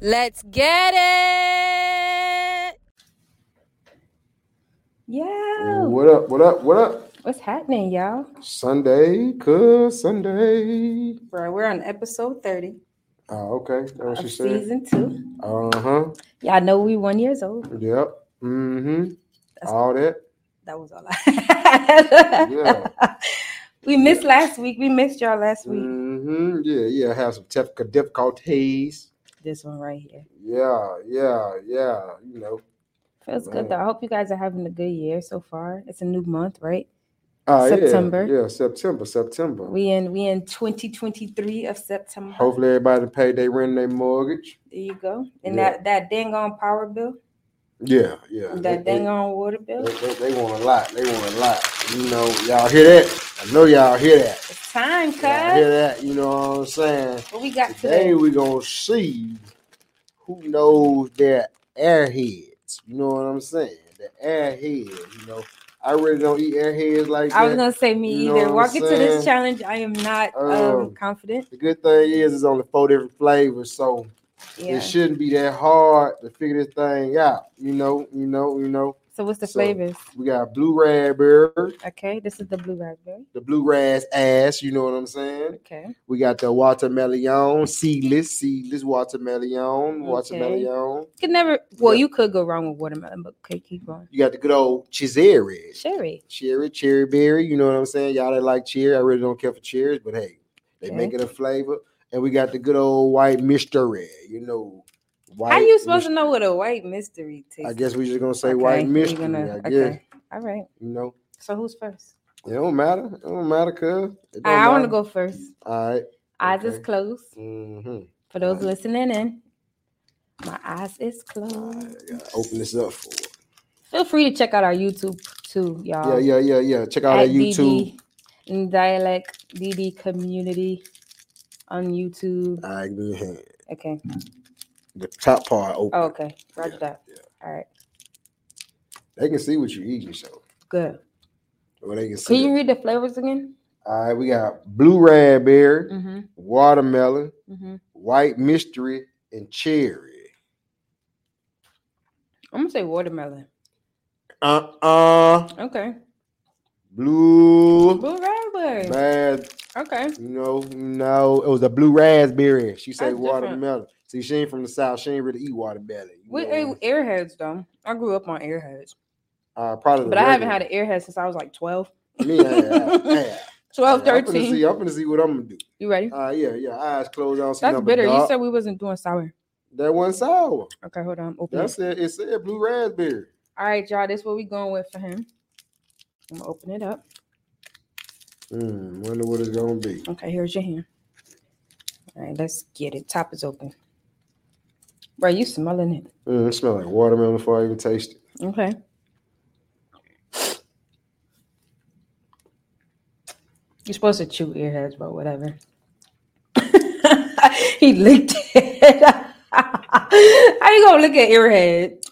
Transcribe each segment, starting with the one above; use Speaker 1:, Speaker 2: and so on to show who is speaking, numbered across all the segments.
Speaker 1: Let's get it.
Speaker 2: Yo,
Speaker 3: What up? What up? What up?
Speaker 2: what's happening, y'all?
Speaker 3: Sunday, good Sunday.
Speaker 2: Bro, we're on episode 30
Speaker 3: Oh, okay. That's what
Speaker 2: of
Speaker 3: she said.
Speaker 2: season two.
Speaker 3: Uh huh.
Speaker 2: Y'all know we one years old.
Speaker 3: Yep. Mm hmm.
Speaker 2: That's-
Speaker 3: All that.
Speaker 2: That was all I had.
Speaker 3: Yeah.
Speaker 2: We missed last week. We missed y'all last week.
Speaker 3: Mm hmm. Yeah, yeah. Have some tef- difficulties.
Speaker 2: This one right here.
Speaker 3: Yeah, yeah, yeah. You know.
Speaker 2: Feels
Speaker 3: Man.
Speaker 2: good though. I hope you guys are having a good year so far. It's a new month, right?
Speaker 3: Ah, yeah,
Speaker 2: September.
Speaker 3: Yeah, September, September.
Speaker 2: We in we in 2023 of September.
Speaker 3: Hopefully, everybody pay their rent and their mortgage.
Speaker 2: There you go. And
Speaker 3: Yeah.
Speaker 2: that that dang on power bill,
Speaker 3: Yeah, yeah. They-
Speaker 2: that
Speaker 3: they-
Speaker 2: dang on water bill.
Speaker 3: They, they, they want a lot. They want a lot. You know, y'all hear that? I know y'all hear that.
Speaker 2: It's time, cuz.
Speaker 3: Y'all hear that? You know what I'm saying?
Speaker 2: What we got today?
Speaker 3: Today we gonna see who knows their airheads. You know what I'm saying? The airhead. You know, I really don't eat airheads like
Speaker 2: I was
Speaker 3: that.
Speaker 2: gonna say me
Speaker 3: You know
Speaker 2: either.
Speaker 3: what I'm
Speaker 2: Walking to this
Speaker 3: saying?
Speaker 2: challenge, I am not um,
Speaker 3: Um,
Speaker 2: confident.
Speaker 3: the good thing is, it's only four different flavors, so
Speaker 2: Yeah.
Speaker 3: it shouldn't be that hard to figure this thing out. You know, you know, you know.
Speaker 2: So what's the
Speaker 3: so-
Speaker 2: flavors?
Speaker 3: We got blue raspberry,
Speaker 2: Okay, this is the blue raspberry.
Speaker 3: the blue ras ass. You know what I'm saying?
Speaker 2: Okay.
Speaker 3: We got the watermelon, seedless, seedless watermelon, watermelon.
Speaker 2: You could never. Well,
Speaker 3: Yeah.
Speaker 2: you could go wrong with watermelon, but okay, keep going.
Speaker 3: You got the good old Chizeri.
Speaker 2: Sherry.
Speaker 3: cherry, cherry berry. You know what I'm saying? Y'all that like cherry, I really don't care for cherries, but hey, they
Speaker 2: Okay.
Speaker 3: make it a flavor. And we got the good old white mystery. You know, white.
Speaker 2: How you supposed to know what
Speaker 3: mystery.
Speaker 2: a white mystery tastes?
Speaker 3: I guess we just gonna say
Speaker 2: Okay,
Speaker 3: white
Speaker 2: we
Speaker 3: mystery.
Speaker 2: gonna-
Speaker 3: I guess
Speaker 2: okay. All right.
Speaker 3: you know.
Speaker 2: So who's first?
Speaker 3: It don't matter. It don't matter, cuz. It don't
Speaker 2: I, want to go
Speaker 3: matter.
Speaker 2: first.
Speaker 3: All right.
Speaker 2: Eyes is
Speaker 3: Okay.
Speaker 2: closed
Speaker 3: Mm-hmm.
Speaker 2: for those
Speaker 3: Alright.
Speaker 2: listening in. My eyes is closed.
Speaker 3: Open this up for.
Speaker 2: Feel free to check out our YouTube too, y'all.
Speaker 3: Yeah, yeah, yeah, yeah. Check out our
Speaker 2: Uh, at
Speaker 3: YouTube.
Speaker 2: DD and Dialect DD Community on YouTube.
Speaker 3: All right, give me a hand.
Speaker 2: Okay.
Speaker 3: The top part open.
Speaker 2: Oh, okay. Roger
Speaker 3: Yeah,
Speaker 2: that.
Speaker 3: yeah.
Speaker 2: All right.
Speaker 3: They can see what you eating, so
Speaker 2: Good.
Speaker 3: or they can
Speaker 2: Can
Speaker 3: see.
Speaker 2: you
Speaker 3: it.
Speaker 2: read the flavors again?
Speaker 3: All right, we got blue raspberry,
Speaker 2: Mm-hmm.
Speaker 3: watermelon,
Speaker 2: Mm-hmm.
Speaker 3: white mystery, and cherry.
Speaker 2: I'm gonna say watermelon.
Speaker 3: Uh uh
Speaker 2: Okay.
Speaker 3: blue
Speaker 2: Blue raspberry.
Speaker 3: man.
Speaker 2: Okay.
Speaker 3: No, no, it was a blue raspberry. She said
Speaker 2: That's different.
Speaker 3: watermelon. See, she ain't from the south. She ain't really eat watermelon. you
Speaker 2: We
Speaker 3: know
Speaker 2: ate
Speaker 3: what
Speaker 2: uh, airheads though. I grew up on airheads,
Speaker 3: I'm- uh, probably. the
Speaker 2: but I haven't had
Speaker 3: regular.
Speaker 2: an airhead since I was like 12,
Speaker 3: Me, I- I- I-
Speaker 2: 12,
Speaker 3: I'm gonna
Speaker 2: 13.
Speaker 3: see. I'm gonna see what I'm gonna do.
Speaker 2: You ready?
Speaker 3: Uh, yeah, yeah. Eyes closed. I don't see
Speaker 2: That's
Speaker 3: nothing but
Speaker 2: bitter. You
Speaker 3: dark.
Speaker 2: said Mm. we wasn't doing sour.
Speaker 3: that one sour.
Speaker 2: Okay, hold on. Open
Speaker 3: That
Speaker 2: it.
Speaker 3: said, it said blue raspberry.
Speaker 2: All right, y'all. This what we going with for him. I'm gonna open it up.
Speaker 3: Hmm. Wonder what it's gonna be.
Speaker 2: Okay, here's your hand. All right, let's get it. Top is open. Bro, you smelling it.
Speaker 3: Mm, it smells like watermelon before I even taste it.
Speaker 2: Okay. You're supposed to chew earheads, but whatever. he licked it. How you gonna look at earhead?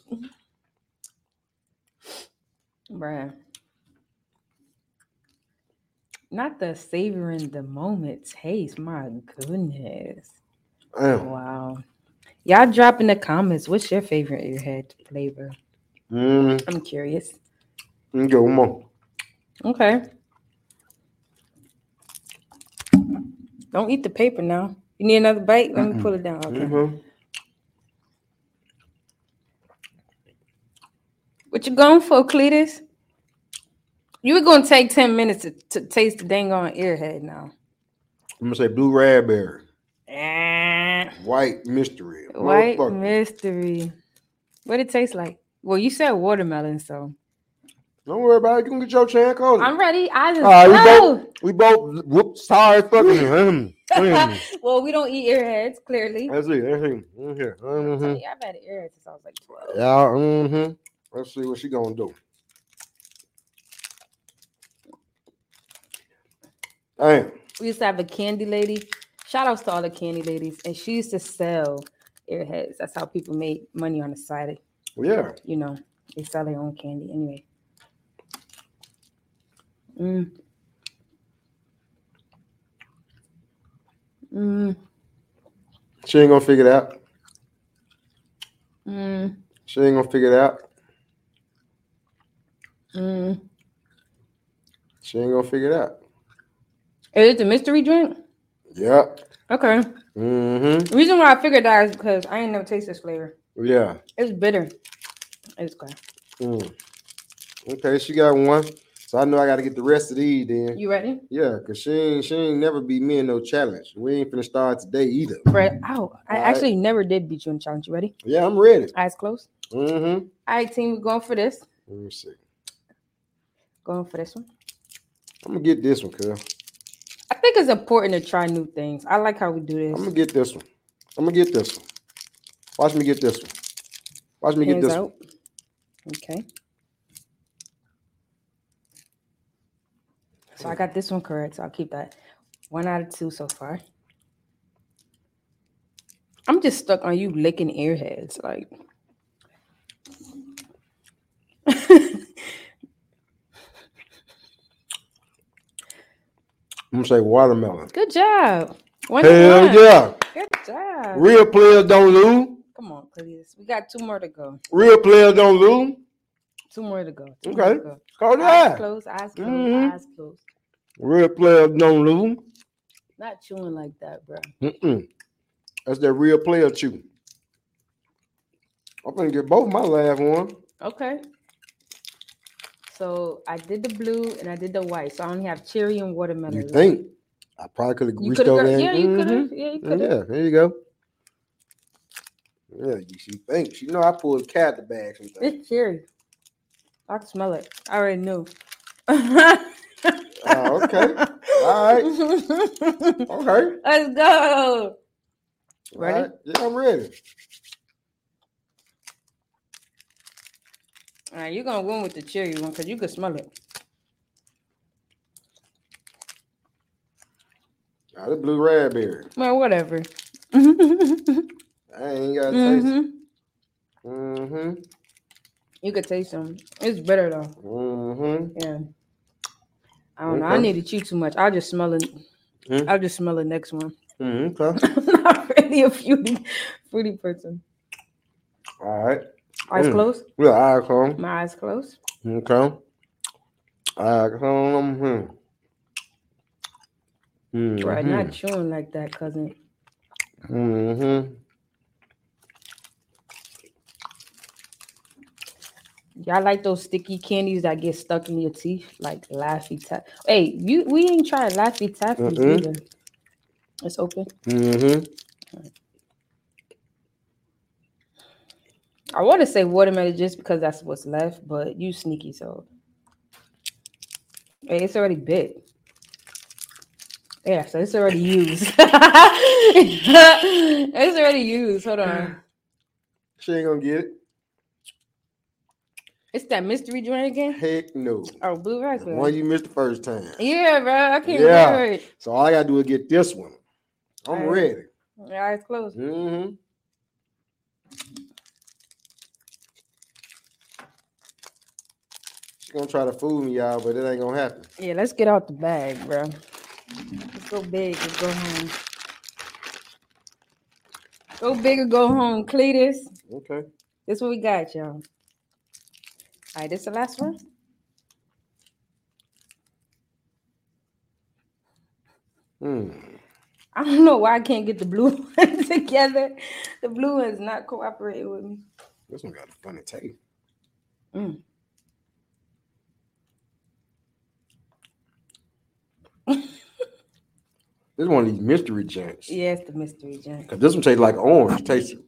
Speaker 2: Bruh. Not the savoring the moment taste. My goodness.
Speaker 3: Damn.
Speaker 2: Wow. Y'all drop in the comments. What's your favorite earhead flavor?
Speaker 3: Mm.
Speaker 2: I'm curious.
Speaker 3: Let me get one more.
Speaker 2: Okay. Don't eat the paper now. You need another bite? Let me pull it down. Okay.
Speaker 3: Mhm.
Speaker 2: What you going for, Cletus? You were gonna take 10 minutes to, to taste the dang on earhead now.
Speaker 3: I'm gonna say blue raspberry,
Speaker 2: Eh.
Speaker 3: white mystery,
Speaker 2: White
Speaker 3: motherfucker.
Speaker 2: mystery. What it taste like? Well, you said watermelon, so
Speaker 3: Don't worry about it. You can get your chance. Cause
Speaker 2: I'm ready. I just
Speaker 3: All right, we
Speaker 2: Oh!
Speaker 3: we both. Whoops, sorry, fucking. Mm, mm.
Speaker 2: well, we don't eat earheads, clearly.
Speaker 3: Let's see. Let's see. Let's see.
Speaker 2: Tony,
Speaker 3: Mhm.
Speaker 2: I've had an earhead since I was like 12.
Speaker 3: Yeah. Mm-hmm. Let's see what she gonna do. Damn.
Speaker 2: We used to have a candy lady. Shout outs to all the candy ladies. And she used to sell earheads. That's how people made money on the side.
Speaker 3: Well, yeah.
Speaker 2: You know, they sell their own candy anyway. Mm. Mm. Mm,
Speaker 3: She ain't gonna figure it out.
Speaker 2: Mm,
Speaker 3: She ain't gonna figure it out.
Speaker 2: mm.
Speaker 3: She ain't gonna figure it out.
Speaker 2: Is it the mystery drink?
Speaker 3: Yep.
Speaker 2: Okay.
Speaker 3: Mm-hmm.
Speaker 2: The reason why I figured that is because I ain't never taste this flavor.
Speaker 3: Yeah.
Speaker 2: It's bitter. It's good.
Speaker 3: Mm. Okay, she got one. So I know I gotta get the rest of these then.
Speaker 2: You ready?
Speaker 3: Yeah, cause she ain't she ain't never beat me in no challenge. We ain't finna start today either.
Speaker 2: Fred. Oh, I
Speaker 3: All right.
Speaker 2: actually never did beat you in the challenge. You ready?
Speaker 3: Yeah, I'm ready.
Speaker 2: Eyes closed.
Speaker 3: Mm-hmm.
Speaker 2: All right, team, we're going for this.
Speaker 3: Let me see.
Speaker 2: Going for this one.
Speaker 3: I'm gonna get this one, cuz.
Speaker 2: I think it's important to try new things. I like how we do
Speaker 3: I'm
Speaker 2: this.
Speaker 3: gonna get this one. I'm gonna get this one. Watch me get this one. Watch me get
Speaker 2: Hands
Speaker 3: this one.
Speaker 2: out. Okay. So I got this one correct. So I'll keep that one out of two so far. I'm just stuck on you licking earheads. Like,
Speaker 3: I'm gonna say watermelon.
Speaker 2: good job. One to
Speaker 3: Hell
Speaker 2: one.
Speaker 3: yeah.
Speaker 2: Good job.
Speaker 3: Real players don't lose.
Speaker 2: Come on, please. We got two more to go.
Speaker 3: Real players don't lose.
Speaker 2: Two more to go. Two More
Speaker 3: Okay.
Speaker 2: to go.
Speaker 3: Go
Speaker 2: Eyes
Speaker 3: there.
Speaker 2: closed. Eyes closed.
Speaker 3: Mhm.
Speaker 2: Eyes closed.
Speaker 3: Real players don't lose.
Speaker 2: Not chewing like that, bro.
Speaker 3: Mm-mm. That's that real player chew. I'm gonna get both my last one.
Speaker 2: Okay. So I did the blue and I did the white. So I only have cherry and watermelon.
Speaker 3: You
Speaker 2: left.
Speaker 3: think? I probably could have
Speaker 2: You
Speaker 3: reached
Speaker 2: could have.
Speaker 3: over there.
Speaker 2: Yeah, you could
Speaker 3: Mhm.
Speaker 2: have. Yeah, you could have.
Speaker 3: Yeah, there you go. Yeah, you she thinks. You know I pulled cat the bag sometimes.
Speaker 2: It's cherry. I can smell it. I already knew.
Speaker 3: oh, okay. All right. Okay.
Speaker 2: Let's go. Ready?
Speaker 3: All right. Yeah, I'm ready.
Speaker 2: All right, you're gonna win with the cherry one because you could smell it.
Speaker 3: Got the blue raspberry.
Speaker 2: Well, whatever. Mhm.
Speaker 3: I ain't got to taste it. Mm-hmm.
Speaker 2: You could taste them. It's better though.
Speaker 3: Mm-hmm.
Speaker 2: Yeah. I don't know. I
Speaker 3: Okay.
Speaker 2: need to chew too much. I'll just smell it.
Speaker 3: Hmm?
Speaker 2: I'll just smell the next one.
Speaker 3: Mm-hmm. Okay.
Speaker 2: I'm not really a fruity, fruity person.
Speaker 3: All right.
Speaker 2: Eyes
Speaker 3: Mm.
Speaker 2: closed.
Speaker 3: Yeah, all right, come.
Speaker 2: My eyes closed.
Speaker 3: Okay. I come here. Mm-hmm.
Speaker 2: Right, not chewing like that, cousin.
Speaker 3: Mm-hmm.
Speaker 2: Y'all like those sticky candies that get stuck in your teeth, like Laffy Taffy. Hey, you we ain't tried Laffy Taffy's
Speaker 3: Mm-mm.
Speaker 2: either. It's open.
Speaker 3: Mm-hmm.
Speaker 2: I want to say watermelon just because that's what's left, but you sneaky, so hey, it's already big. Yeah, so it's already used. it's already used. Hold on.
Speaker 3: She ain't gonna get it.
Speaker 2: It's that mystery drink again.
Speaker 3: Heck no.
Speaker 2: Oh, blue
Speaker 3: The one
Speaker 2: raspberry.
Speaker 3: you missed the first time.
Speaker 2: Yeah, bro. I can't
Speaker 3: Yeah.
Speaker 2: remember it.
Speaker 3: So all I gotta do is get this one. I'm
Speaker 2: All right.
Speaker 3: ready.
Speaker 2: My eyes closed.
Speaker 3: Mm-hmm. She gonna try to fool me, y'all, but it ain't gonna happen.
Speaker 2: Yeah, let's get out the bag, bro. It's so big. Let's go home. Go big or go home, Cletus.
Speaker 3: Okay.
Speaker 2: This what we got, y'all. All right, this the last one.
Speaker 3: Mm.
Speaker 2: I don't know why I can't get the blue one together. The blue one's not cooperating with me.
Speaker 3: This one got a funny taste.
Speaker 2: Mm.
Speaker 3: This one of these mystery joints.
Speaker 2: Yeah, it's the mystery jam.
Speaker 3: Cause this one tastes like orange. Taste it.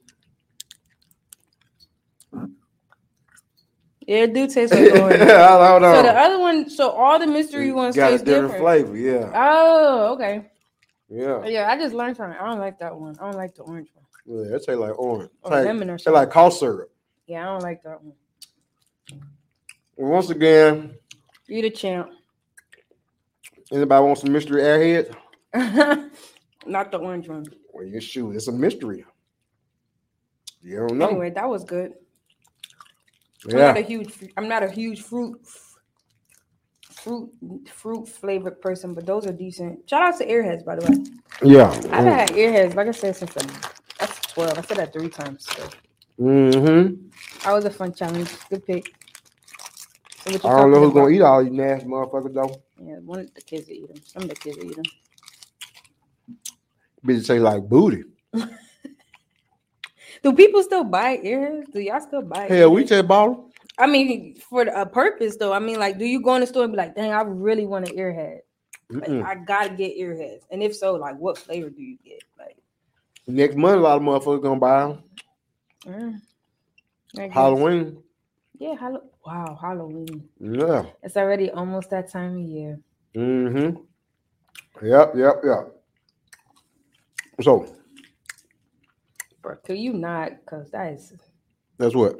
Speaker 2: Yeah, it do taste like orange.
Speaker 3: I don't know.
Speaker 2: So the other one, so all the mystery
Speaker 3: It
Speaker 2: ones
Speaker 3: Oh. got
Speaker 2: taste
Speaker 3: a different,
Speaker 2: different.
Speaker 3: flavor. Yeah.
Speaker 2: Oh, okay.
Speaker 3: Yeah.
Speaker 2: Yeah, I just learned something. I don't like that one. I don't like the orange one.
Speaker 3: Yeah. It tastes like orange.
Speaker 2: Or
Speaker 3: Taste-
Speaker 2: Oh, lemon or
Speaker 3: taste like cough syrup.
Speaker 2: Yeah, I don't like that one.
Speaker 3: Well, once again,
Speaker 2: You the champ.
Speaker 3: anybody want some mystery airheads?
Speaker 2: not the orange one.
Speaker 3: Well, you shoot. It's a mystery. You don't know.
Speaker 2: Anyway, that was good. I'm
Speaker 3: yeah.
Speaker 2: not a huge. fr- I'm not a huge fruit fruit fruit flavored person, but those are decent. Shout out to Airheads, by the way.
Speaker 3: yeah. Mm.
Speaker 2: I've had Airheads, like I said, since I'm, that's twelve. I said that three times. So
Speaker 3: Mm-hmm.
Speaker 2: That was a fun challenge. Good pick. So what you
Speaker 3: I don't know
Speaker 2: talking
Speaker 3: who's gonna
Speaker 2: about?
Speaker 3: eat all you nasty motherfuckers though.
Speaker 2: Yeah, one of the kids will eat them. Some of the kids will eat them.
Speaker 3: Bitch say like booty.
Speaker 2: Do people still buy earrings? Do y'all still buy?
Speaker 3: Hell, we
Speaker 2: earrings?
Speaker 3: just bought 'em.
Speaker 2: I mean, for a purpose though. I mean, like, do you go in the store and be like, "Dang, I really want an earhead. Like,
Speaker 3: Mm-mm.
Speaker 2: I gotta get earheads." And if so, like, what flavor do you get? Like,
Speaker 3: Next month, a lot of motherfuckers gonna buy 'em.
Speaker 2: mm, I guess.
Speaker 3: Halloween.
Speaker 2: Yeah, Halloween. Wow, Halloween.
Speaker 3: Yeah.
Speaker 2: It's already almost that time of year.
Speaker 3: Mm-hmm. Yep, yep, yep. So
Speaker 2: Bro, could you not? Because that is.
Speaker 3: that's what.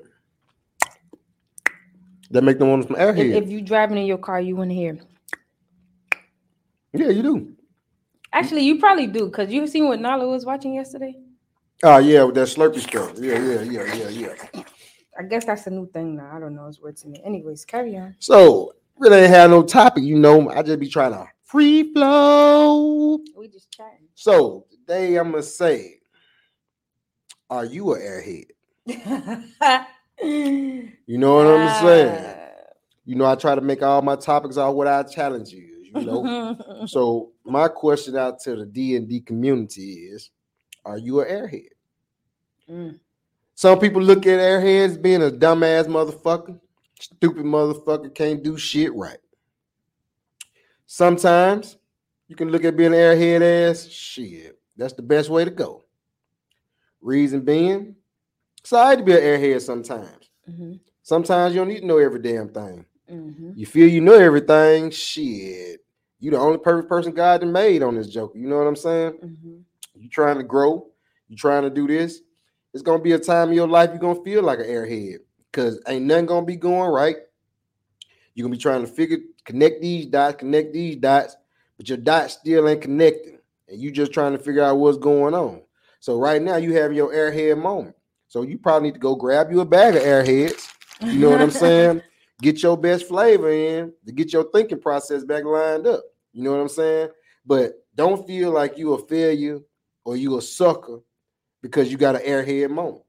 Speaker 3: That make them want some
Speaker 2: If,
Speaker 3: airhead.
Speaker 2: if you driving in your car, you wouldn't hear.
Speaker 3: yeah, you do.
Speaker 2: Actually, you probably do because you seen what Nala was watching yesterday.
Speaker 3: Oh yeah, with that slurpy stuff. Yeah, yeah, yeah, yeah, yeah.
Speaker 2: I guess that's a new thing now. I don't know. It's weird to me. Anyways, carry on.
Speaker 3: So really ain't had no topic, you know. I just be trying to free flow.
Speaker 2: We just chatting.
Speaker 3: So today I'm gonna say, are you a airhead? You know what I'm
Speaker 2: Uh.
Speaker 3: saying? You know I try to make all my topics out what I challenge you. You know.
Speaker 2: know.
Speaker 3: so my question out to the D and D community is, are you a airhead? Some people look at airheads being a dumbass motherfucker, stupid motherfucker, can't do shit right. Sometimes you can look at being an airhead as shit. That's the best way to go. Reason being, it's all right to be an airhead sometimes. Sometimes you don't need to know every damn thing.
Speaker 2: mm-hmm,
Speaker 3: You feel you know everything, shit. You the only perfect person God done made on this joke. You know what I'm saying?
Speaker 2: mm-hmm.
Speaker 3: you trying to grow, you trying to do this, it's gonna be a time in your life you're gonna feel like an airhead because ain't nothing gonna be going right. You're gonna be trying to figure connect these dots, connect these dots, but your dots still ain't connecting, and you just trying to figure out what's going on. So right now you having your airhead moment. So you probably need to go grab you a bag of airheads. You know what I'm saying? Get your best flavor in to get your thinking process back lined up. You know what I'm saying? But don't feel like you a failure or you a sucker because you got an airhead moment.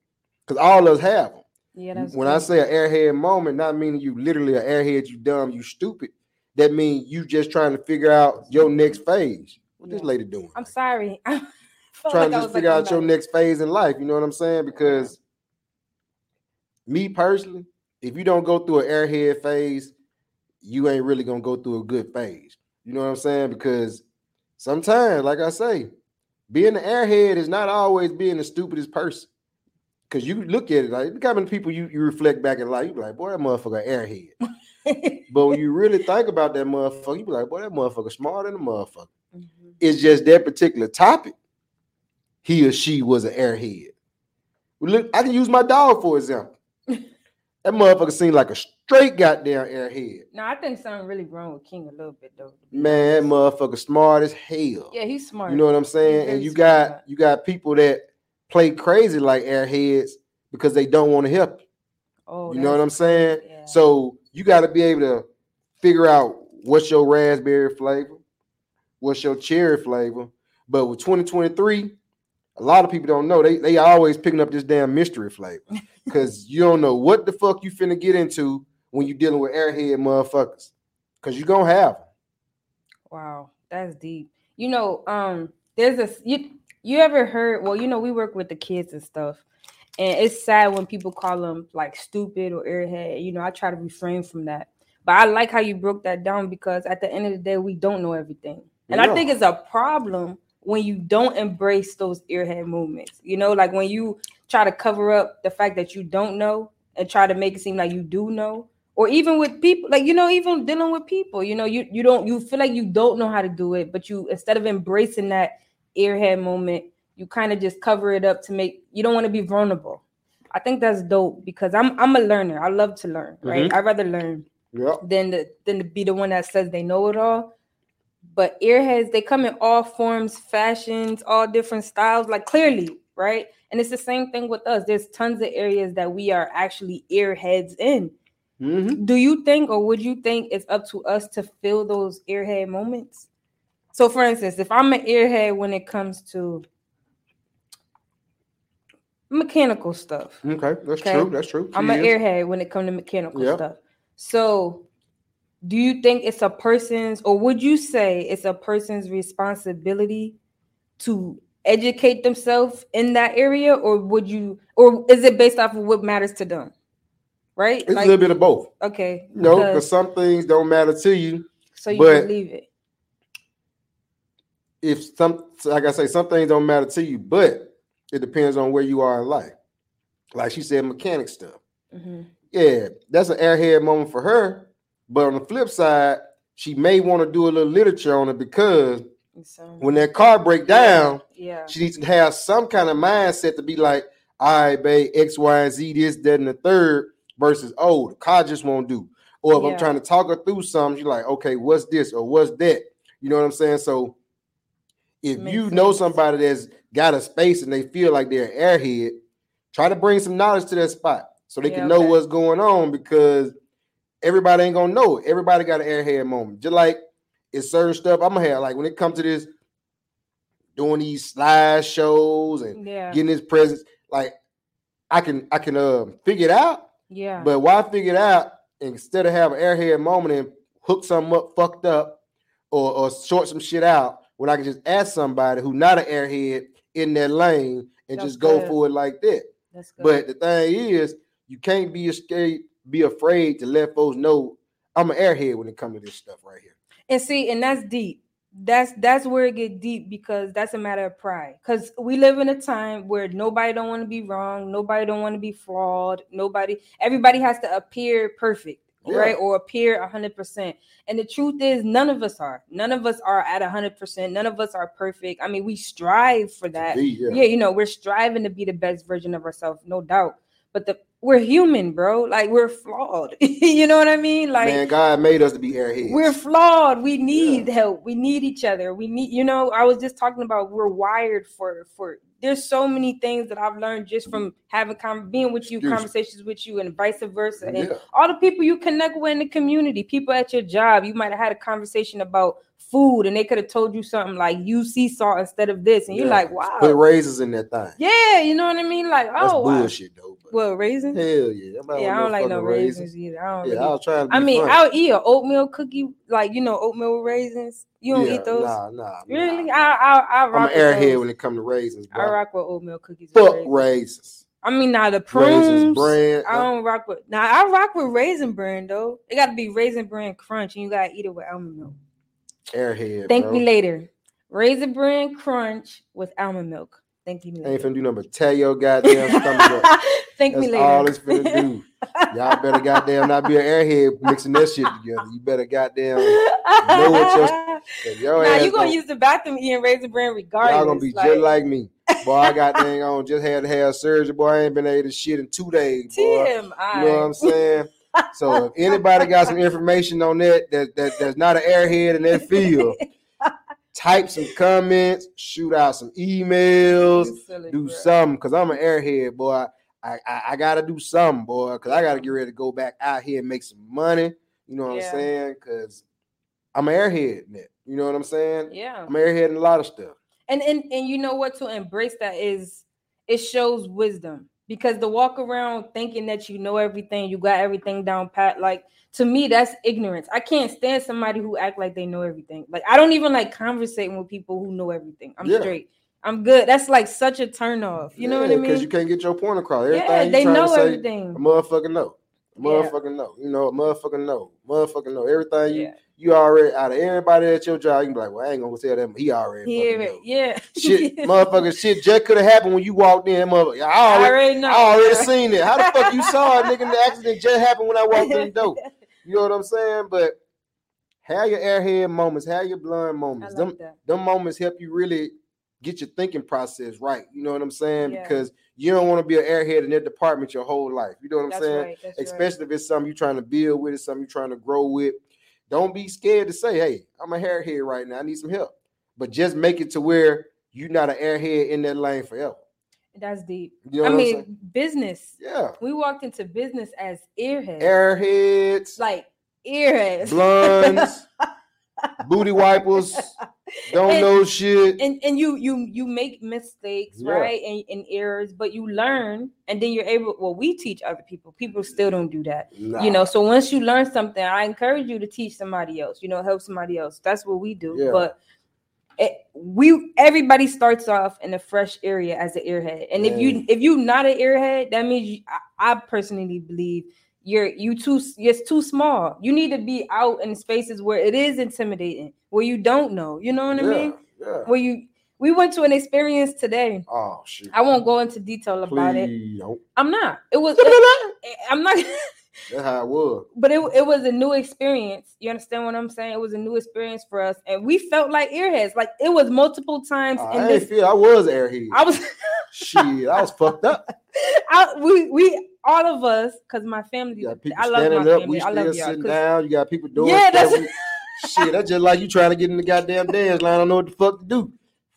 Speaker 3: Because all of us have them.
Speaker 2: Yeah, that's
Speaker 3: when I
Speaker 2: true.
Speaker 3: say an airhead moment, not meaning you literally an airhead, you dumb, you stupid. That means you just trying to figure out your next phase. What this
Speaker 2: Yeah.
Speaker 3: lady doing?
Speaker 2: I'm sorry. I felt
Speaker 3: trying
Speaker 2: like I
Speaker 3: to just
Speaker 2: was,
Speaker 3: figure
Speaker 2: like,
Speaker 3: out your
Speaker 2: on
Speaker 3: next phase in life. You know what I'm saying? Because me personally, if you don't go through an airhead phase, you ain't really gonna go through a good phase. You know what I'm saying? Because sometimes, like I say, being an airhead is not always being the stupidest person. Cause you look at it like look how many people you, you reflect back in life, you be like, boy, that motherfucker airhead.
Speaker 2: that.
Speaker 3: But when you really think about that motherfucker, you be like, boy, that motherfucker smarter than a motherfucker.
Speaker 2: Mhm.
Speaker 3: It's just that particular topic, he or she was an airhead. Well, Look, I can use my dog for example. That motherfucker seemed like a straight goddamn airhead.
Speaker 2: No, I think something really wrong with King a little bit though.
Speaker 3: Man, that motherfucker smart as hell.
Speaker 2: Yeah, he's smart.
Speaker 3: You know what I'm saying?
Speaker 2: He's
Speaker 3: And
Speaker 2: very
Speaker 3: you
Speaker 2: smart.
Speaker 3: got you got people that play crazy like airheads because they don't want to help. you.
Speaker 2: oh,
Speaker 3: you know what I'm
Speaker 2: that's-
Speaker 3: saying?
Speaker 2: yeah.
Speaker 3: So you got to be able to figure out what's your raspberry flavor, what's your cherry flavor. But with 2023, a lot of people don't know. They they always picking up this damn mystery flavor because you don't know what the fuck you finna get into when you dealing with airhead motherfuckers. Cause you gonna have 'em.
Speaker 2: Wow, that's deep. You know, um, there's this you you ever heard? Well, you know, we work with the kids and stuff, and it's sad when people call them like stupid or airhead. You know, I try to refrain from that, but I like how you broke that down because at the end of the day, we don't know everything, and I
Speaker 3: Yeah.
Speaker 2: think it's a problem when you don't embrace those airhead movements. You know, like when you try to cover up the fact that you don't know and try to make it seem like you do know or even with people like you know even dealing with people you know you you don't you feel like you don't know how to do it but you instead of embracing that airhead moment you kind of just cover it up to make you don't want to be vulnerable i think that's dope because i'm i'm a learner i love to learn right i'd rather learn
Speaker 3: Yep.
Speaker 2: than to, than to be the one that says they know it all but airheads they come in all forms fashions all different styles like clearly right and it's the same thing with us there's tons of areas that we are actually airheads in
Speaker 3: Mm-hmm.
Speaker 2: do you think or would you think it's up to us to fill those earhead moments? So for instance, if I'm an earhead when it comes to mechanical stuff.
Speaker 3: Okay, that's
Speaker 2: Okay.
Speaker 3: true. That's true.
Speaker 2: I'm
Speaker 3: She
Speaker 2: an
Speaker 3: is.
Speaker 2: airhead when it comes to mechanical
Speaker 3: Yep.
Speaker 2: stuff. So, do you think it's a person's, or would you say it's a person's responsibility to educate themselves in that area, or would you, or is it based off of what matters to them? Right?
Speaker 3: It's a little bit of both.
Speaker 2: okay.
Speaker 3: No,
Speaker 2: because-
Speaker 3: because some things don't matter to you.
Speaker 2: so you
Speaker 3: but-
Speaker 2: can leave it.
Speaker 3: If some, like I say, some things don't matter to you, but it depends on where you are in life. Like she said, mechanic stuff.
Speaker 2: Mhm.
Speaker 3: Yeah, that's an airhead moment for her. But on the flip side, she may want to do a little literature on it because
Speaker 2: And So,
Speaker 3: when that car break down,
Speaker 2: yeah.
Speaker 3: she needs to have some kind of mindset to be like, all right, babe, X, Y, and Z, this, that, and the third, versus oh, the car just won't do. Or if
Speaker 2: Yeah.
Speaker 3: I'm trying to talk her through something, she's like, okay, what's this or what's that? You know what I'm saying? So if
Speaker 2: Makes
Speaker 3: you know
Speaker 2: sense.
Speaker 3: somebody that's got a space and they feel like they're an airhead, try to bring some knowledge to that spot so they
Speaker 2: Yeah,
Speaker 3: can know
Speaker 2: okay.
Speaker 3: what's going on because everybody ain't gonna know it. Everybody got an airhead moment. Just like it's certain stuff I'm gonna have, like when it comes to this doing these slide shows and
Speaker 2: Yeah.
Speaker 3: getting his presence. Like I can I can um figure it out,
Speaker 2: yeah.
Speaker 3: but why figure it out instead of have an airhead moment and hook something up fucked up or, or short some shit out when I can just ask somebody who's not an airhead in their lane and
Speaker 2: That's
Speaker 3: just go
Speaker 2: good.
Speaker 3: for it like that.
Speaker 2: That's good.
Speaker 3: But the thing is, you can't be scared, be afraid to let folks know I'm an airhead when it comes to this stuff right here.
Speaker 2: And see, and that's deep. That's that's where it get deep because that's a matter of pride. Because we live in a time where nobody don't want to be wrong, nobody don't want to be flawed, nobody, everybody has to appear perfect,
Speaker 3: Yeah.
Speaker 2: right? Or appear hundred percent. And the truth is, none of us are. None of us are at hundred percent. None of us are perfect. I mean, we strive for that.
Speaker 3: Yeah.
Speaker 2: Yeah, you know, we're striving to be the best version of ourselves, no doubt. But the we're human, bro. Like we're flawed. you know what I mean? Like
Speaker 3: Man, God made us to be airheads.
Speaker 2: we're flawed we need help we need each other we need you know i was just talking about we're wired for for there's so many things that i've learned just from having con- being with you
Speaker 3: Excuse me.
Speaker 2: conversations with you and vice versa and
Speaker 3: Yeah.
Speaker 2: all the people you connect with in the community people at your job you might have had a conversation about food and they could have told you something like you sea salt instead of this and you're
Speaker 3: Yeah.
Speaker 2: like wow
Speaker 3: Put raisins in that thing.
Speaker 2: yeah you know what i mean like
Speaker 3: That's
Speaker 2: oh wow.
Speaker 3: bullshit though. but-
Speaker 2: well raisins
Speaker 3: Hell yeah. I'm not
Speaker 2: yeah
Speaker 3: with
Speaker 2: i don't like no
Speaker 3: fucking
Speaker 2: raisins, either i don't
Speaker 3: Yeah,
Speaker 2: really
Speaker 3: I was trying to be
Speaker 2: I mean,
Speaker 3: funny.
Speaker 2: I'll eat an oatmeal cookie, like you know, oatmeal with raisins. You don't
Speaker 3: Yeah,
Speaker 2: eat those,
Speaker 3: Nah, nah.
Speaker 2: really?
Speaker 3: nah.
Speaker 2: I I I
Speaker 3: I'm
Speaker 2: rock
Speaker 3: an
Speaker 2: with
Speaker 3: airhead
Speaker 2: those.
Speaker 3: when it comes to raisins,
Speaker 2: I
Speaker 3: bro.
Speaker 2: rock with oatmeal cookies. with
Speaker 3: Fuck
Speaker 2: raisins.
Speaker 3: raisins.
Speaker 2: I mean, now the
Speaker 3: Raisins,
Speaker 2: prunes.
Speaker 3: bread.
Speaker 2: I don't rock with now. I rock with raisin bran though. It got to be raisin bran crunch, and you gotta eat it with almond milk.
Speaker 3: airhead.
Speaker 2: Thank
Speaker 3: bro.
Speaker 2: me later. Raisin bran crunch with almond milk. Thank you me
Speaker 3: Ain't
Speaker 2: later.
Speaker 3: finna do nothing but tear your goddamn stomach up.
Speaker 2: Thank
Speaker 3: That's
Speaker 2: me later.
Speaker 3: all it's finna do. Y'all better goddamn not be an airhead mixing that shit together. You better goddamn. what your- Cause your
Speaker 2: Nah,
Speaker 3: ass
Speaker 2: you gonna
Speaker 3: gonna-
Speaker 2: use the bathroom eating raisin bran regardless.
Speaker 3: Y'all gonna be just like me. Boy, I got dang on. Just had to have surgery. Boy, I ain't been able to shit in two days. Boy.
Speaker 2: Tim,
Speaker 3: You know what I'm saying? So if anybody got some information on that, that, that that's not an airhead in that field, type some comments, shoot out some emails, do something. Cause I'm an airhead, boy. I, I, I gotta do something, boy. Cause I gotta get ready to go back out here and make some money. You know what
Speaker 2: Yeah.
Speaker 3: I'm saying? Cause I'm an airhead in that. You know what I'm saying?
Speaker 2: Yeah,
Speaker 3: I'm an airhead in a lot of stuff.
Speaker 2: and and and you know what? To embrace that is it shows wisdom because to walk around thinking that you know everything, you got everything down pat. Like to me, that's ignorance. I can't stand somebody who act like they know everything. Like I don't even like conversating with people who know everything. I'm
Speaker 3: Yeah.
Speaker 2: straight. I'm good. That's like such a turn off. You know what I
Speaker 3: Because you
Speaker 2: mean?
Speaker 3: can't get your point across. Everything
Speaker 2: Yeah,
Speaker 3: you
Speaker 2: they
Speaker 3: trying to
Speaker 2: know
Speaker 3: say, A
Speaker 2: everything.
Speaker 3: motherfucker no. A
Speaker 2: Yeah.
Speaker 3: motherfucker no. You know, a motherfucker no. Motherfucker no. Everything you
Speaker 2: Yeah,
Speaker 3: you already out of everybody at your job, you can be like, well, I ain't gonna tell them. He already
Speaker 2: hear
Speaker 3: fucking
Speaker 2: it.
Speaker 3: know.
Speaker 2: Yeah,
Speaker 3: Shit, motherfucker, shit just could have happened when you walked in, motherfucker. I already,
Speaker 2: know.
Speaker 3: I already
Speaker 2: bro.
Speaker 3: seen it. How the fuck you saw it, nigga? The accident just happened when I walked in the door. You know what I'm saying? But have your airhead moments, have your blind
Speaker 2: I
Speaker 3: moments. them
Speaker 2: like that.
Speaker 3: them moments help you really get your thinking process right. You know what I'm saying?
Speaker 2: Yeah.
Speaker 3: Because you don't want to be an airhead in that department your whole life. You know what I'm
Speaker 2: That's
Speaker 3: saying?
Speaker 2: right. That's right.
Speaker 3: Especially if it's something you're trying to build with, it's something you're trying to grow with. Don't be scared to say, hey, I'm a airhead right now. I need some help. But just make it to where you're not an airhead in that lane forever.
Speaker 2: That's deep.
Speaker 3: You know what
Speaker 2: I
Speaker 3: I'm
Speaker 2: mean,
Speaker 3: saying?
Speaker 2: business.
Speaker 3: Yeah.
Speaker 2: We walked into business as earheads,
Speaker 3: Airheads,
Speaker 2: like earheads.
Speaker 3: blondes, booty wipers, Don't
Speaker 2: And-
Speaker 3: know shit.
Speaker 2: and and you you you make mistakes
Speaker 3: Yeah.
Speaker 2: right and, and errors but you learn and then you're able well we teach other people people still don't do that
Speaker 3: Nah.
Speaker 2: you know so once you learn something i encourage you to teach somebody else you know help somebody else that's what we do
Speaker 3: Yeah.
Speaker 2: but it, we everybody starts off in a fresh area as an earhead and if you
Speaker 3: Man.
Speaker 2: if you're not an earhead that means you, I, I personally believe you're you too it's too small you need to be out in spaces where it is intimidating where you don't know you know what i
Speaker 3: Yeah,
Speaker 2: mean
Speaker 3: yeah.
Speaker 2: where you we went to an experience today.
Speaker 3: Oh shit.
Speaker 2: I won't go into detail about it.
Speaker 3: Please oh, don't.
Speaker 2: I'm not. It was. I'm not.
Speaker 3: That's how it was.
Speaker 2: But it, it was a new experience. You understand what I'm saying? It was a new experience for us, and we felt like earheads. Like it was multiple times.
Speaker 3: Ah, I
Speaker 2: And
Speaker 3: ain't
Speaker 2: this,
Speaker 3: feel I was airhead.
Speaker 2: I was.
Speaker 3: shit, I was fucked up.
Speaker 2: I, we we all of us because my family.
Speaker 3: You got people
Speaker 2: I love my
Speaker 3: standing up, we
Speaker 2: family. I
Speaker 3: still
Speaker 2: love y'all.
Speaker 3: sitting
Speaker 2: 'cause-
Speaker 3: down. You got people doing
Speaker 2: Yeah,
Speaker 3: stuff.
Speaker 2: that's-
Speaker 3: We- shit. That's just like you trying to get in the goddamn dance line. I don't know what the fuck to do.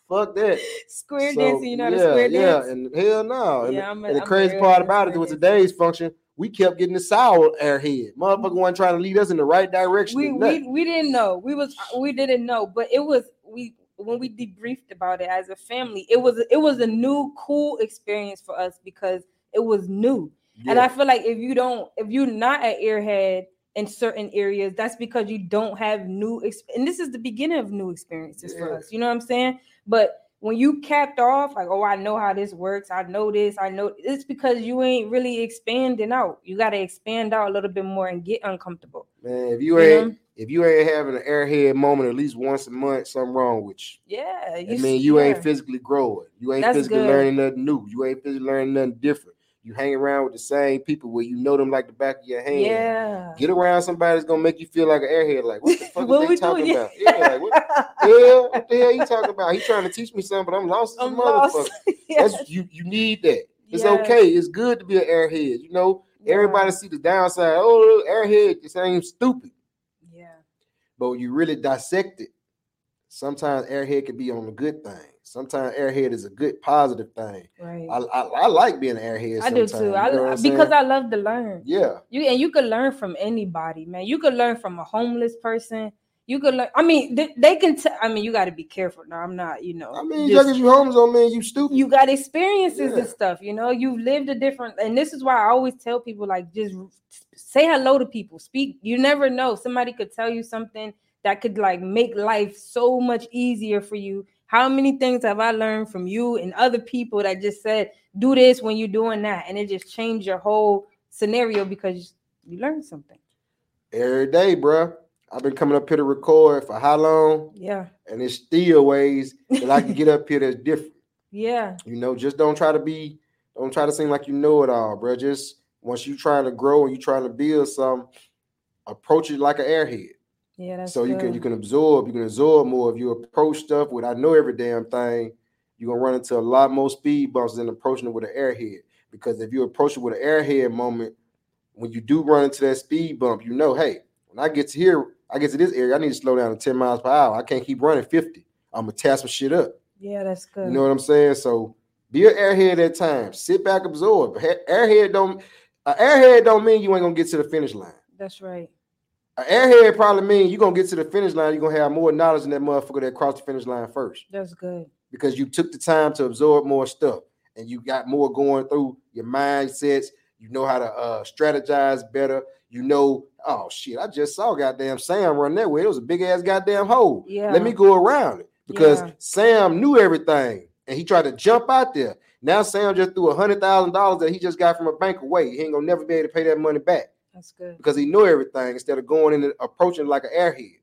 Speaker 3: Fuck that.
Speaker 2: Square
Speaker 3: So,
Speaker 2: dancing. You know
Speaker 3: yeah,
Speaker 2: the square
Speaker 3: yeah,
Speaker 2: dance.
Speaker 3: and hell no. And,
Speaker 2: Yeah, I'm a-
Speaker 3: and the
Speaker 2: I'm a
Speaker 3: crazy
Speaker 2: real
Speaker 3: part
Speaker 2: square
Speaker 3: about it with
Speaker 2: dancer.
Speaker 3: today's function, we kept getting the sour airhead. Motherfucker wasn't trying to lead us in the right direction.
Speaker 2: we,
Speaker 3: or nothing.
Speaker 2: we we didn't know we was we didn't know but it was we when we debriefed about it as a family it was it was a new cool experience for us because it was new and
Speaker 3: Yeah.
Speaker 2: i feel like if you don't if you're not an airhead in certain areas that's because you don't have new ex- and this is the beginning of new experiences for
Speaker 3: Yeah.
Speaker 2: us you know what i'm saying but when you capped off like oh i know how this works i know this i know it's because you ain't really expanding out you got to expand out a little bit more and get uncomfortable
Speaker 3: man, if
Speaker 2: you
Speaker 3: you ain't
Speaker 2: know?
Speaker 3: if you ain't having an airhead moment at least once a month, something wrong with you.
Speaker 2: Yeah,
Speaker 3: I
Speaker 2: s-
Speaker 3: mean, you
Speaker 2: yeah.
Speaker 3: ain't physically growing. You ain't
Speaker 2: That's
Speaker 3: physically
Speaker 2: good.
Speaker 3: learning nothing new. You ain't physically learning nothing different. You hang around with the same people where you know them like the back of your hand.
Speaker 2: Yeah.
Speaker 3: Get around somebody that's gonna make you feel like an airhead. Like what the fuck
Speaker 2: What
Speaker 3: is they
Speaker 2: we
Speaker 3: talking
Speaker 2: doing?
Speaker 3: about? Yeah, like what the hell? What the hell you talking about? He trying to teach me something, but I'm lost as a
Speaker 2: I'm
Speaker 3: motherfucker.
Speaker 2: lost. Yes,
Speaker 3: That's you. You need that. It's
Speaker 2: yes,
Speaker 3: okay. It's good to be an airhead. You know,
Speaker 2: yeah,
Speaker 3: everybody see the downside. Oh, airhead, this ain't stupid.
Speaker 2: Yeah.
Speaker 3: But when you really dissect it, sometimes airhead can be on a good thing. Sometimes airhead is a good positive thing.
Speaker 2: Right.
Speaker 3: I, I, I like being an airhead.
Speaker 2: I, do
Speaker 3: sometimes,
Speaker 2: too. I,
Speaker 3: you know what
Speaker 2: I-
Speaker 3: I'm
Speaker 2: because
Speaker 3: saying?
Speaker 2: I love to learn.
Speaker 3: yeah,
Speaker 2: You and you could learn from anybody, man. You could learn from a homeless person. You could learn. I mean, they, they can. T- I mean, you got to be careful. No, I'm not. You know.
Speaker 3: I mean,
Speaker 2: just-
Speaker 3: just because you homeless don't mean you stupid.
Speaker 2: you got experiences
Speaker 3: Yeah.
Speaker 2: and stuff you know you've lived a different and this is why i always tell people like just say hello to people speak you never know somebody could tell you something that could like make life so much easier for you how many things have i learned from you and other people that just said do this when you're doing that and it just changed your whole scenario because you learned something
Speaker 3: Every day, bruh. I've been coming up here to record for how long,
Speaker 2: yeah
Speaker 3: and it's still ways that I can get up here that's different.
Speaker 2: yeah
Speaker 3: You know, just don't try to be, don't try to seem like you know it all, bruh. Just once you trying to grow and you trying to build some, approach it like an airhead.
Speaker 2: yeah that's
Speaker 3: so you can
Speaker 2: good.
Speaker 3: you can absorb, you can absorb more. If you approach stuff with I know every damn thing, you're gonna run into a lot more speed bumps than approaching it with an airhead. Because if you approach it with an airhead moment, when you do run into that speed bump, you know, hey, when I get to here, I get to this area, I need to slow down to 10 miles per hour. I can't keep running 50. I'm gonna tear some shit up.
Speaker 2: yeah that's good
Speaker 3: You know what I'm saying? So be an airhead at times. Sit back, absorb. Ha- Airhead don't a airhead don't mean you ain't gonna get to the finish line.
Speaker 2: that's right
Speaker 3: An airhead probably mean you're gonna get to the finish line, you're gonna have more knowledge than that motherfucker that crossed the finish line first
Speaker 2: that's good
Speaker 3: because you took the time to absorb more stuff and you got more going through your mindsets, you know how to uh strategize better, you know, oh shit, I just saw goddamn Sam run that way. It was a big ass goddamn hole.
Speaker 2: yeah
Speaker 3: Let me go around it because
Speaker 2: Yeah.
Speaker 3: Sam knew everything and he tried to jump out there. Now Sam just threw a hundred thousand dollars that he just got from a bank away. He ain't gonna never be able to pay that money back
Speaker 2: that's good
Speaker 3: because he knew everything instead of going in and approaching like an airhead,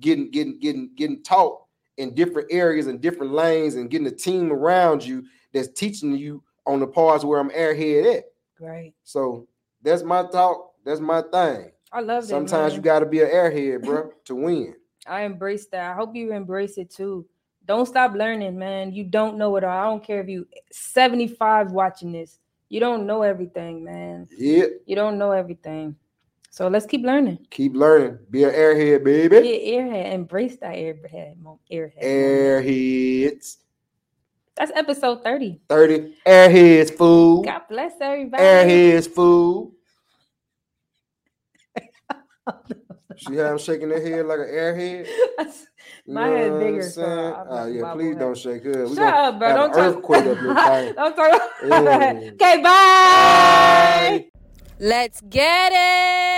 Speaker 3: getting getting getting getting taught in different areas and different lanes and getting a team around you that's teaching you on the parts where I'm airhead at.
Speaker 2: right
Speaker 3: So that's my thought. That's my thing.
Speaker 2: i love that
Speaker 3: Sometimes
Speaker 2: man.
Speaker 3: you got to be an airhead, bro, to win.
Speaker 2: I embrace that. I hope you embrace it too. Don't stop learning, man. You don't know it all. I don't care if you 75 watching this. You don't know everything, man.
Speaker 3: Yeah,
Speaker 2: You don't know everything. So let's keep learning.
Speaker 3: keep learning. Be an airhead,
Speaker 2: Be
Speaker 3: baby.
Speaker 2: an airhead. Embrace that airhead. mo- airhead moment.
Speaker 3: Airheads.
Speaker 2: That's episode 30.
Speaker 3: 30 airheads, fool.
Speaker 2: God bless everybody.
Speaker 3: Airheads, fool. See how I'm shaking her head like an airhead? You
Speaker 2: My
Speaker 3: know
Speaker 2: head
Speaker 3: what
Speaker 2: bigger,
Speaker 3: I'm
Speaker 2: so
Speaker 3: saying?
Speaker 2: I'm
Speaker 3: oh
Speaker 2: not
Speaker 3: yeah,
Speaker 2: bobblehead.
Speaker 3: please don't shake her. We
Speaker 2: Shut
Speaker 3: gonna
Speaker 2: up, bro.
Speaker 3: have
Speaker 2: Don't
Speaker 3: an
Speaker 2: talk.
Speaker 3: earthquake up your thing.
Speaker 2: don't talk.
Speaker 3: Yeah.
Speaker 2: Okay, bye.
Speaker 1: Let's get it.